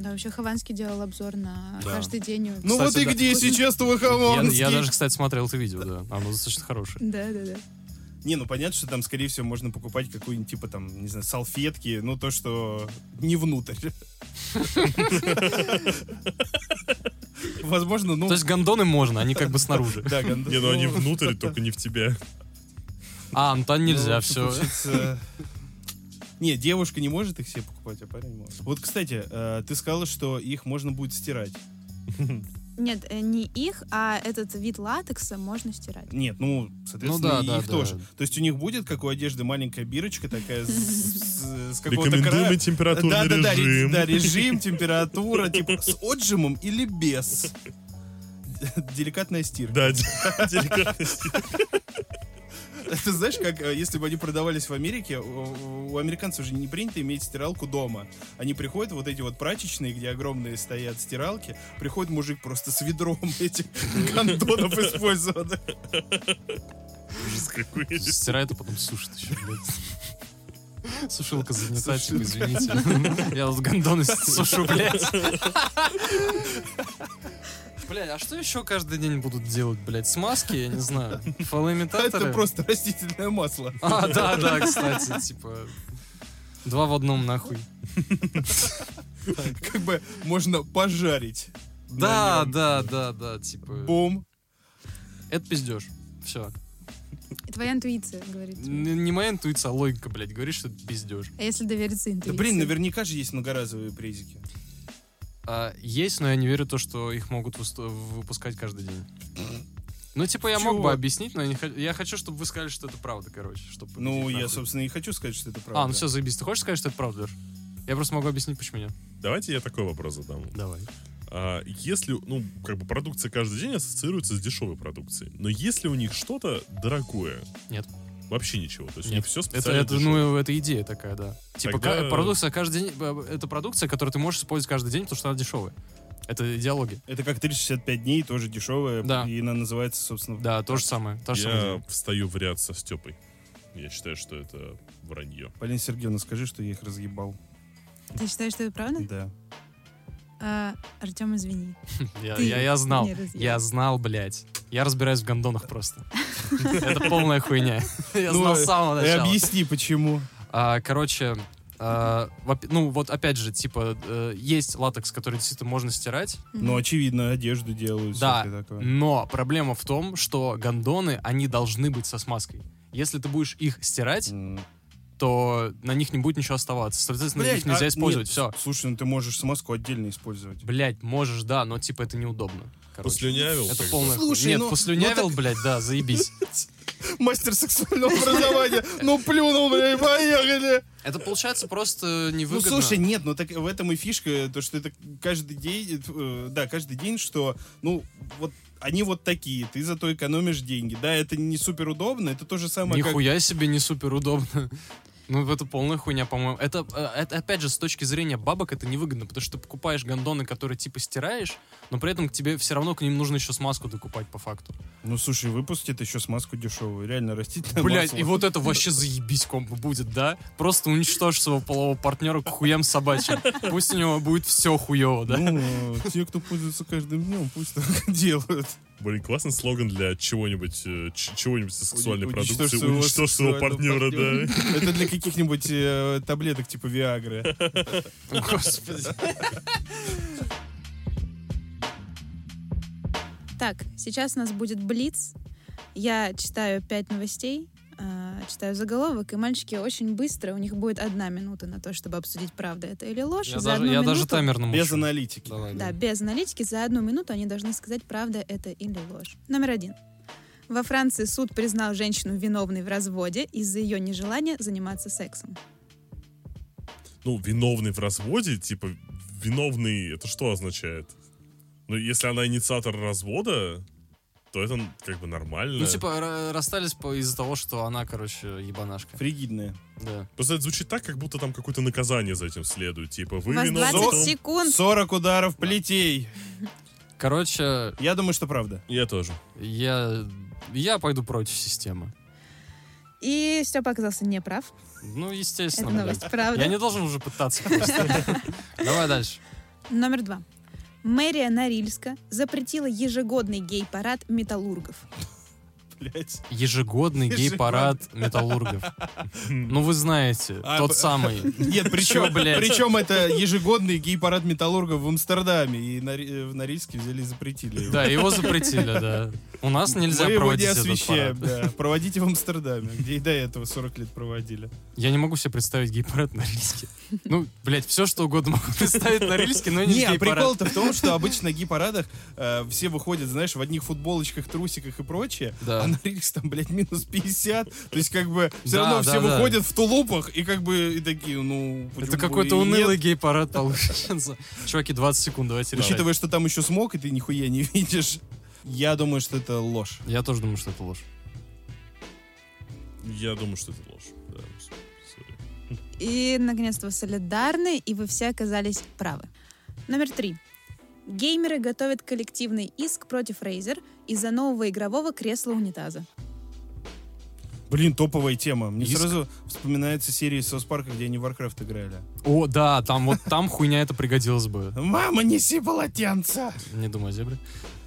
Speaker 4: Да, вообще Хованский делал обзор на
Speaker 3: Да.
Speaker 4: каждый день.
Speaker 2: Ну
Speaker 3: Кстати,
Speaker 2: вот и
Speaker 3: да.
Speaker 2: где сейчас твой
Speaker 3: Я,
Speaker 2: Хованский?
Speaker 3: я даже, кстати, смотрел это видео, да. Оно достаточно хорошее.
Speaker 4: Да, да, да.
Speaker 2: Не, ну понятно, что там, скорее всего, можно покупать какую-нибудь, типа, там, не знаю, салфетки, ну, то, что не внутрь. Возможно, ну...
Speaker 3: То есть гондоны можно, они как бы снаружи.
Speaker 2: Да, гандон.
Speaker 1: Не, ну они внутрь, только не в тебя.
Speaker 3: А, Антон нельзя,
Speaker 2: Ну,
Speaker 3: все.
Speaker 2: получается, Не, девушка не может их себе покупать, а парень может. Вот, кстати, э, ты сказала, что их можно будет стирать.
Speaker 4: Нет, э, не их, а этот вид латекса можно стирать.
Speaker 2: Нет, ну, соответственно,
Speaker 3: да,
Speaker 2: и
Speaker 3: да,
Speaker 2: их
Speaker 3: да.
Speaker 2: тоже. То есть у них будет, как у одежды, маленькая бирочка такая с- с с какого-то края.
Speaker 1: Рекомендуемый температурный
Speaker 2: да, да, да,
Speaker 1: режим.
Speaker 2: ре- да, режим, температура, типа с отжимом или без. Деликатная стирка.
Speaker 1: Да, де- деликатности.
Speaker 2: Это знаешь, как э, если бы они продавались в Америке, у у американцев же не принято иметь стиралку дома. Они приходят, вот эти вот прачечные, где огромные стоят стиралки, приходит мужик просто с ведром этих гандонов использованных.
Speaker 1: Ужас какой.
Speaker 3: Стирает, а потом сушит еще, блядь. Сушилка занятачка, извините. Я вот гондоны сушу, блядь. Блядь, а что еще каждый день будут делать, блядь? Смазки, я не знаю. Фалоимитаторы?
Speaker 2: А Это просто растительное масло.
Speaker 3: А, да, да, кстати, типа... Два в одном, нахуй.
Speaker 2: Как бы можно пожарить.
Speaker 3: Да,
Speaker 2: На нем.
Speaker 3: да, да, да, типа...
Speaker 2: Бум.
Speaker 3: Это пиздеж. Все.
Speaker 4: Твоя интуиция, говорит. тебе.
Speaker 3: Не моя интуиция, а логика, блядь, говорит, что это пиздеж.
Speaker 4: А если довериться
Speaker 2: Да
Speaker 4: интуиции?
Speaker 2: блин, наверняка же есть многоразовые призики.
Speaker 3: А, есть, но я не верю в то, что их могут выс- выпускать каждый день. Ну, типа, я мог
Speaker 2: Чего?
Speaker 3: бы объяснить, но я, не хо- я хочу, чтобы вы сказали, что это правда, короче. Чтобы
Speaker 2: Ну,
Speaker 3: идти
Speaker 2: я,
Speaker 3: нахуй.
Speaker 2: собственно, и хочу сказать, что это правда.
Speaker 3: А, ну все, заебись. Ты хочешь сказать, что это правда, Лёш? Я просто могу объяснить, почему нет.
Speaker 1: Давайте я такой вопрос задам.
Speaker 3: Давай.
Speaker 1: А если, ну, как бы продукция каждый день ассоциируется с дешевой продукцией, но если у них что-то дорогое?
Speaker 3: Нет.
Speaker 1: Вообще ничего. То есть у
Speaker 3: Нет.
Speaker 1: них все
Speaker 3: Это,
Speaker 1: специально
Speaker 3: это,
Speaker 1: дешевое.
Speaker 3: ну, это идея такая, да. Типа,
Speaker 1: Тогда-
Speaker 3: ка- продукция каждый день... э, Это продукция, которую ты можешь использовать каждый день, потому что она дешевая. Это идеология.
Speaker 2: Это как 365 дней, тоже дешевая.
Speaker 3: Да.
Speaker 2: И она называется, собственно...
Speaker 3: Да, то же самое. Та же самая
Speaker 1: Я
Speaker 3: идея.
Speaker 1: встаю в ряд со Степой. Я считаю, что это вранье.
Speaker 2: Полина Сергеевна, скажи, что я их разъебал.
Speaker 4: Ты считаешь, что это правда?
Speaker 2: Да.
Speaker 4: А, Артем, извини.
Speaker 3: Я,
Speaker 4: Ты
Speaker 3: я- я знал.
Speaker 4: не разъебал.
Speaker 3: Я знал, блядь. Я разбираюсь в гондонах просто. Это полная хуйня. Я
Speaker 2: Ну,
Speaker 3: знал с самого
Speaker 2: И
Speaker 3: начала.
Speaker 2: объясни, почему.
Speaker 3: А, короче, а, вопи- ну вот опять же, типа, э, есть латекс, который действительно можно стирать,
Speaker 4: Мгм.
Speaker 2: Ну, очевидно, одежду делают.
Speaker 3: Да.
Speaker 2: всякое такое.
Speaker 3: но проблема в том, что гондоны, они должны быть со смазкой. Если ты будешь их стирать,
Speaker 2: М.
Speaker 3: то на них не будет ничего оставаться. Соответственно,
Speaker 2: Блядь,
Speaker 3: их нельзя
Speaker 2: а,
Speaker 3: использовать.
Speaker 2: нет,
Speaker 3: Все.
Speaker 2: Слушай, ну ты можешь смазку отдельно использовать.
Speaker 3: Блять, можешь, да, но типа это неудобно. Короче.
Speaker 1: Послюнявил.
Speaker 3: Это
Speaker 1: тогда.
Speaker 3: полная хуйня.
Speaker 2: Слушай,
Speaker 3: Нет,
Speaker 2: ну- ну
Speaker 3: послюнявил, блядь, да, заебись.
Speaker 2: Мастер сексуального образования. Ну, плюнул, бля, и поехали.
Speaker 3: Это получается просто
Speaker 2: Ну,
Speaker 3: невыгодно.
Speaker 2: слушай, нет, ну так в этом и фишка, то, что это каждый день, э, да, каждый день, что, ну, вот они вот такие, ты зато экономишь деньги. Да, это не супер удобно, это то же самое, а как...
Speaker 3: Нихуя себе не супер удобно. Ну, это полная хуйня, по-моему. Это, э, это, опять же, с точки зрения бабок, это невыгодно, потому что ты покупаешь гондоны, которые типа стираешь, но при этом к тебе все равно к ним нужно еще смазку докупать по факту.
Speaker 2: Ну, слушай, выпустит еще смазку дешевую, реально растительное
Speaker 3: Блять,
Speaker 2: Э, масло.
Speaker 3: и вот это вообще заебись комп будет, да? Просто уничтожь своего полового партнера к хуям собачьим. Пусть у него будет все хуево, да?
Speaker 2: Ну, э, те, кто пользуется каждым днем, пусть так делают.
Speaker 1: Блин, классный слоган для чего-нибудь, э, ч- чего-нибудь со сексуальной
Speaker 2: Уничтожь
Speaker 1: продукции.
Speaker 2: своего
Speaker 1: Уничтожь своего
Speaker 2: сексуального
Speaker 1: партнера, да.
Speaker 2: Это для каких-нибудь э, таблеток типа Виагры. Ну,
Speaker 3: Господи.
Speaker 4: Так, сейчас у нас будет блиц. Я читаю пять новостей, а, читаю заголовок, и мальчики очень быстро, у них будет одна минута на то, чтобы обсудить, правда это или ложь.
Speaker 3: Я
Speaker 4: За
Speaker 3: даже-
Speaker 4: одну
Speaker 3: Я даже
Speaker 4: минуту-
Speaker 3: таймер намучу.
Speaker 2: Без аналитики.
Speaker 3: Давай,
Speaker 4: Да,
Speaker 3: давай.
Speaker 4: без аналитики за одну минуту они должны сказать, правда это или ложь. Номер один. Во Франции суд признал женщину виновной в разводе из-за ее нежелания заниматься сексом.
Speaker 1: Ну, виновный в разводе, типа, виновный, это что означает? Ну, если она инициатор развода, то это как бы нормально.
Speaker 3: Ну, типа, ра- расстались по- из-за того, что она, короче, ебанашка.
Speaker 2: Фригидные.
Speaker 3: Да.
Speaker 1: Просто это звучит так, как будто там какое-то наказание за этим следует. Типа, вы
Speaker 4: У вас
Speaker 1: виновны в
Speaker 4: 20
Speaker 1: том-
Speaker 4: секунд.
Speaker 2: 40 ударов плетей.
Speaker 3: Короче,
Speaker 2: Я думаю, что правда.
Speaker 1: Я тоже.
Speaker 3: Я, я пойду против системы.
Speaker 4: И Степа оказался неправ.
Speaker 3: Ну,
Speaker 4: Это
Speaker 3: естественно. блядь.
Speaker 4: новость, правда.
Speaker 3: Я не должен уже пытаться. Давай дальше.
Speaker 4: Номер два. Мэрия Норильска запретила ежегодный гей-парад металлургов.
Speaker 2: Блять.
Speaker 3: Ежегодный гей-парад металлургов. Ну, вы знаете,
Speaker 2: А, б-
Speaker 3: тот самый.
Speaker 2: Нет,
Speaker 3: Чё,
Speaker 2: причем,
Speaker 3: блядь?
Speaker 2: причем это ежегодный гей-парад металлургов в Амстердаме. И на, Ри- в Норильске взяли и запретили его.
Speaker 3: Да, его запретили, да. У нас нельзя
Speaker 2: Мы его не
Speaker 3: проводить этот
Speaker 2: освещаем,
Speaker 3: парад.
Speaker 2: да. Проводите в Амстердаме, где и до этого 40 лет проводили.
Speaker 3: Я не могу себе представить гей-парад на Рильске. Ну, блядь, все что угодно могу представить на Рильске, но Ну, не
Speaker 2: Не, а
Speaker 3: гей-парад.
Speaker 2: прикол-то в том, что обычно на гей-парадах э, все выходят, знаешь, в одних футболочках, трусиках и прочее,
Speaker 3: Да.
Speaker 2: а на Рильске там, блядь, минус 50. То есть, как бы, все
Speaker 3: Да,
Speaker 2: равно
Speaker 3: да,
Speaker 2: все
Speaker 3: да.
Speaker 2: выходят в тулупах и как бы и такие, ну... почему
Speaker 3: Это
Speaker 2: бы
Speaker 3: какой-то
Speaker 2: и нет?
Speaker 3: унылый гей-парад получается. Чуваки, 20 секунд, давайте решать.
Speaker 2: Учитывая, что там еще смог, и ты нихуя не видишь. Я думаю, что это ложь.
Speaker 3: Я тоже думаю, что это ложь.
Speaker 1: Я думаю, что это ложь. Да, с- сори.
Speaker 4: И, наконец-то, вы солидарны, и вы все оказались правы. Номер три. Геймеры готовят коллективный иск против Razer из-за нового игрового кресла унитаза.
Speaker 2: Блин, топовая тема. Мне
Speaker 3: Иск.
Speaker 2: сразу вспоминается серия из Саус Парка, где они в Warcraft играли.
Speaker 3: О, да, там вот там хуйня это пригодилась бы.
Speaker 2: Мама, неси полотенце!
Speaker 3: Не думаю о зебре.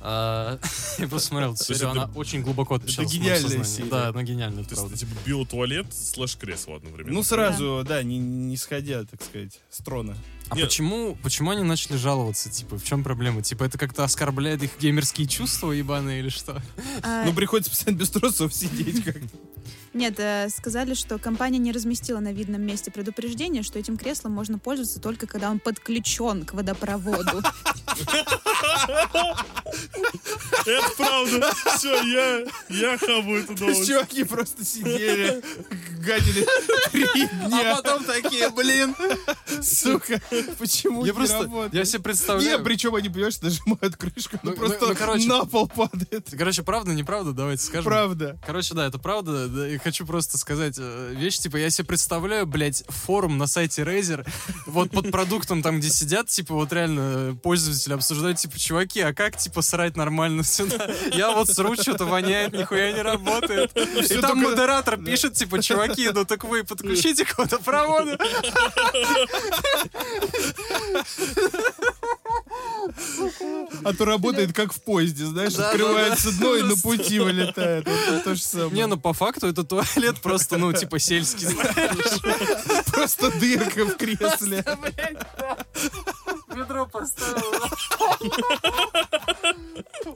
Speaker 3: А, Я просто смотрел эту
Speaker 1: Слушай,
Speaker 3: серию,
Speaker 1: это-
Speaker 3: она очень глубоко отпечаталась в моем
Speaker 2: гениальная
Speaker 3: сознании.
Speaker 2: серия.
Speaker 3: Да, она гениальная,
Speaker 1: То есть
Speaker 3: правда.
Speaker 1: это типа биотуалет слэш кресло одновременно.
Speaker 2: Ну, сразу, да, не, не сходя, так сказать, с трона.
Speaker 3: А
Speaker 1: Нет.
Speaker 3: почему, почему они начали жаловаться, типа, в чем проблема? Типа, это как-то оскорбляет их геймерские чувства ебаные или что?
Speaker 4: А,
Speaker 2: Ну, приходится постоянно без трусов сидеть как
Speaker 4: Нет, э, сказали, что компания не разместила на видном месте предупреждение, что этим креслом можно пользоваться только когда он подключен к водопроводу.
Speaker 1: Это правда. Все, я, я хаваю эту новость.
Speaker 2: Чуваки просто сидели, гадили три
Speaker 3: А
Speaker 2: дня.
Speaker 3: потом такие, блин.
Speaker 2: Сука, почему
Speaker 3: Я
Speaker 2: не
Speaker 3: просто,
Speaker 2: работает?
Speaker 3: я себе
Speaker 2: Не,
Speaker 3: представляю.
Speaker 2: причем они, понимаешь, нажимают крышку, ну
Speaker 3: Ну,
Speaker 2: просто
Speaker 3: ну, короче.
Speaker 2: на пол падает.
Speaker 3: Короче, правда, неправда, давайте скажем.
Speaker 2: Правда.
Speaker 3: Короче, да, это правда. Да, и хочу просто сказать э, вещь, типа, я себе представляю, блядь, форум на сайте Razer, вот под продуктом там, где сидят, типа, вот реально э, пользователи обсуждают, типа, чуваки, а как, типа, срать нормально сюда? Я вот сру, что-то воняет, нихуя не работает. И там
Speaker 2: только-
Speaker 3: модератор пишет, типа, чуваки, ну так вы подключите к водопроводу.
Speaker 2: А то работает как в поезде, знаешь,
Speaker 3: Да, да,
Speaker 2: открывается
Speaker 3: да.
Speaker 2: дно и на пути вылетает. Вот это То же
Speaker 3: Не,
Speaker 2: самое.
Speaker 3: ну по факту это туалет просто, ну, типа, сельский.
Speaker 2: Просто дырка в кресле.
Speaker 3: Ведро поставил.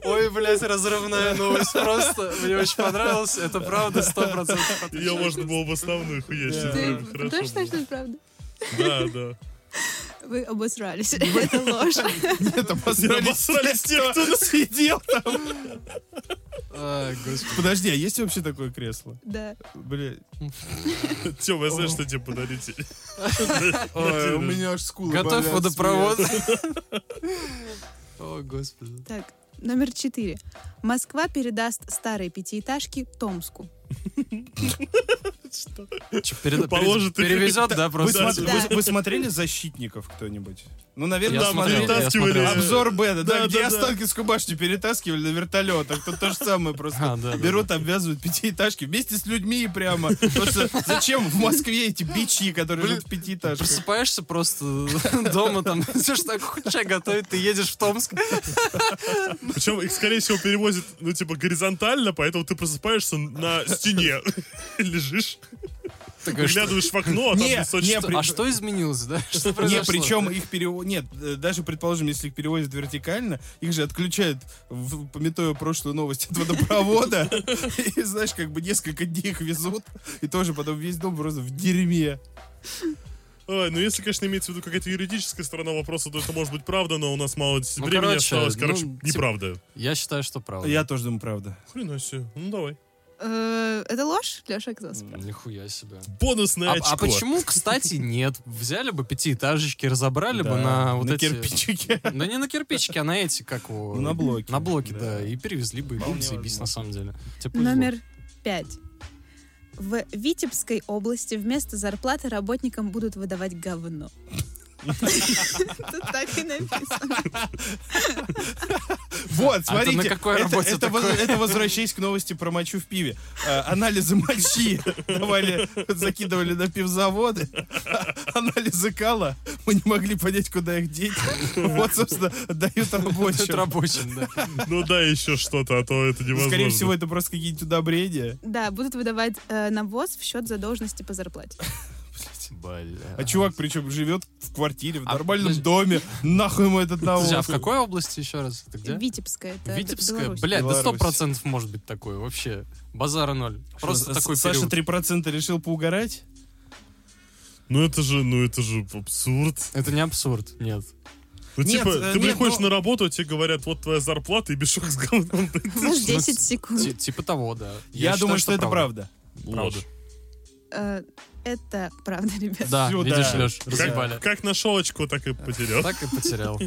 Speaker 3: Ой, блядь, разрывная новость. Просто мне очень понравилось. Это правда, сто процентов.
Speaker 1: Ее можно было в основную хуячить.
Speaker 2: Да.
Speaker 1: прям
Speaker 4: Ты
Speaker 1: хорошо
Speaker 4: точно,
Speaker 1: было.
Speaker 4: что это правда?
Speaker 1: Да, да.
Speaker 4: Вы обосрались. Это ложь.
Speaker 2: Нет, обосрались.
Speaker 1: Обосрались те, кто
Speaker 2: Сидел там.
Speaker 3: Ай, господи.
Speaker 2: Подожди, а есть вообще такое кресло?
Speaker 4: Да.
Speaker 2: Бля,
Speaker 1: Тём, я знаю, что тебе подарить.
Speaker 2: ой, у меня аж скулы
Speaker 3: Готовь
Speaker 2: болят,
Speaker 3: водопровод.
Speaker 2: смех.
Speaker 3: О, господи.
Speaker 4: Так, номер четыре. Москва передаст старые пятиэтажки Томску.
Speaker 3: Чё, переда-
Speaker 1: Положит
Speaker 3: пере-
Speaker 1: их.
Speaker 3: Перевезет, да,
Speaker 2: Вы,
Speaker 3: просто.
Speaker 2: смо-
Speaker 4: Да.
Speaker 2: вы- вы смотрели «Защитников» кто-нибудь? Ну, наверное,
Speaker 3: Я
Speaker 1: Там
Speaker 3: смотрел,
Speaker 2: смотрели.
Speaker 3: я
Speaker 1: перетаскивали.
Speaker 3: смотрел.
Speaker 2: Обзор Бена, да,
Speaker 1: Да,
Speaker 2: где
Speaker 1: да, да.
Speaker 2: Останкинскую башню перетаскивали на вертолетах. Тут то же самое просто.
Speaker 3: А, да, да,
Speaker 2: Берут, обвязывают пятиэтажки вместе с людьми и прямо. Потому что зачем в Москве эти бичи, которые
Speaker 3: Блин,
Speaker 2: живут в пятиэтажках?
Speaker 3: Просыпаешься просто дома, там все что так хоть чай готовит, ты едешь в Томск.
Speaker 1: Причем их, скорее всего, перевозят, ну, типа, горизонтально, поэтому ты просыпаешься на стене. Лежишь,
Speaker 3: Такой, что-
Speaker 1: глядываешь в окно, а там
Speaker 2: Не, не,
Speaker 1: высочится.
Speaker 2: при-
Speaker 3: А что изменилось, да? Что
Speaker 2: Не,
Speaker 3: произошло?
Speaker 2: причем их перево... Нет, э, даже, предположим, если их перевозят вертикально, их же отключают, в, пометуя прошлую новость, от водопровода. И, знаешь, как бы несколько дней их везут, и тоже потом весь дом просто в дерьме.
Speaker 1: Ой, ну если, конечно, имеется в виду какая-то юридическая сторона вопроса, то это может быть правда, но у нас мало
Speaker 3: Ну,
Speaker 1: времени
Speaker 3: короче,
Speaker 1: осталось. Короче,
Speaker 3: ну, типа-
Speaker 1: неправда.
Speaker 3: Я считаю, что правда.
Speaker 2: Я тоже думаю, правда.
Speaker 1: Хрена себе. Ну давай.
Speaker 4: Э, Это ложь? Леша оказался прав.
Speaker 3: Нихуя себе.
Speaker 1: Бонусное
Speaker 3: А,
Speaker 1: очко.
Speaker 3: а почему, кстати, нет? Взяли бы пятиэтажечки, разобрали бы на вот
Speaker 2: на
Speaker 3: эти...
Speaker 2: кирпичике.
Speaker 3: Да не на кирпичики, а на эти, как его...
Speaker 2: Ну, на блоки.
Speaker 3: На блоки, да.
Speaker 2: Да.
Speaker 3: И перевезли бы, и было бы
Speaker 2: Вполне
Speaker 3: заебись,
Speaker 2: возможно.
Speaker 3: на самом деле. Тебе повезло.
Speaker 4: Номер пять. В Витебской области вместо зарплаты работникам будут выдавать говно. Тут так и написано.
Speaker 2: Вот,
Speaker 3: А это
Speaker 2: смотрите.
Speaker 3: на какой работе
Speaker 2: это воз-
Speaker 3: такое?
Speaker 2: это возвращаясь к новости про мочу в пиве. Э, Анализы мочи давали, закидывали на пивзаводы. А- Анализы кала. Мы не могли понять, куда их деть. Вот, собственно, дают
Speaker 3: Это
Speaker 2: рабочим.
Speaker 3: рабочим, да.
Speaker 1: Ну да, еще что-то, а то это невозможно.
Speaker 2: Ну, Скорее всего, это просто какие-нибудь удобрения.
Speaker 4: Да, будут выдавать э, навоз в счет задолженности по зарплате.
Speaker 2: А чувак причем живет в квартире, в
Speaker 3: А,
Speaker 2: нормальном
Speaker 3: подожди.
Speaker 2: доме. Нахуй ему этот навоз.
Speaker 3: Подожди, а в какой области еще раз? Это где?
Speaker 4: Витебская. это
Speaker 3: Витебская?
Speaker 4: Беларусь.
Speaker 3: Блядь, да сто
Speaker 2: Беларусь.
Speaker 3: процентов может быть такое. Вообще, базара ноль.
Speaker 2: Что,
Speaker 3: Просто
Speaker 2: С-
Speaker 3: такой
Speaker 2: Саша
Speaker 3: период.
Speaker 2: 3% решил поугарать?
Speaker 1: Ну это же, ну это же абсурд.
Speaker 3: Это не абсурд, нет.
Speaker 1: Ну
Speaker 2: Нет,
Speaker 1: типа,
Speaker 2: э,
Speaker 1: ты
Speaker 2: нет,
Speaker 1: приходишь
Speaker 2: ну-
Speaker 1: на работу, а тебе говорят, вот твоя зарплата и мешок с говном.
Speaker 4: Ложь 10
Speaker 3: Ти-
Speaker 4: секунд.
Speaker 3: Типа того, да.
Speaker 2: Я,
Speaker 3: считаю,
Speaker 2: думаю, что, это правда.
Speaker 1: Ложь.
Speaker 4: Э, Это правда, ребят.
Speaker 3: Да,
Speaker 2: Всё, да.
Speaker 3: видишь, Леш, разъебали.
Speaker 1: Как, как нашел очко, так и потерял.
Speaker 3: Так и потерял.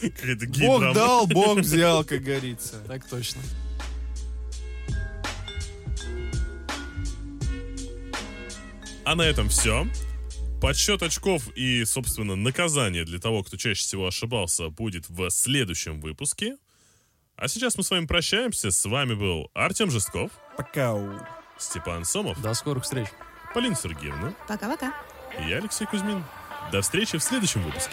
Speaker 1: Какая-то
Speaker 2: Бог
Speaker 1: гей-драма.
Speaker 2: дал, Бог взял, как говорится.
Speaker 3: Так точно.
Speaker 1: А на этом все. Подсчет очков и, собственно, наказание для того, кто чаще всего ошибался, будет в следующем выпуске. А сейчас мы с вами прощаемся. С вами был Артем Жестков,
Speaker 2: Пока.
Speaker 1: Степан Сомов,
Speaker 3: До скорых встреч.
Speaker 1: Полина Сергеевна
Speaker 4: Пока-пока.
Speaker 1: и я, Алексей Кузьмин. До встречи в следующем выпуске.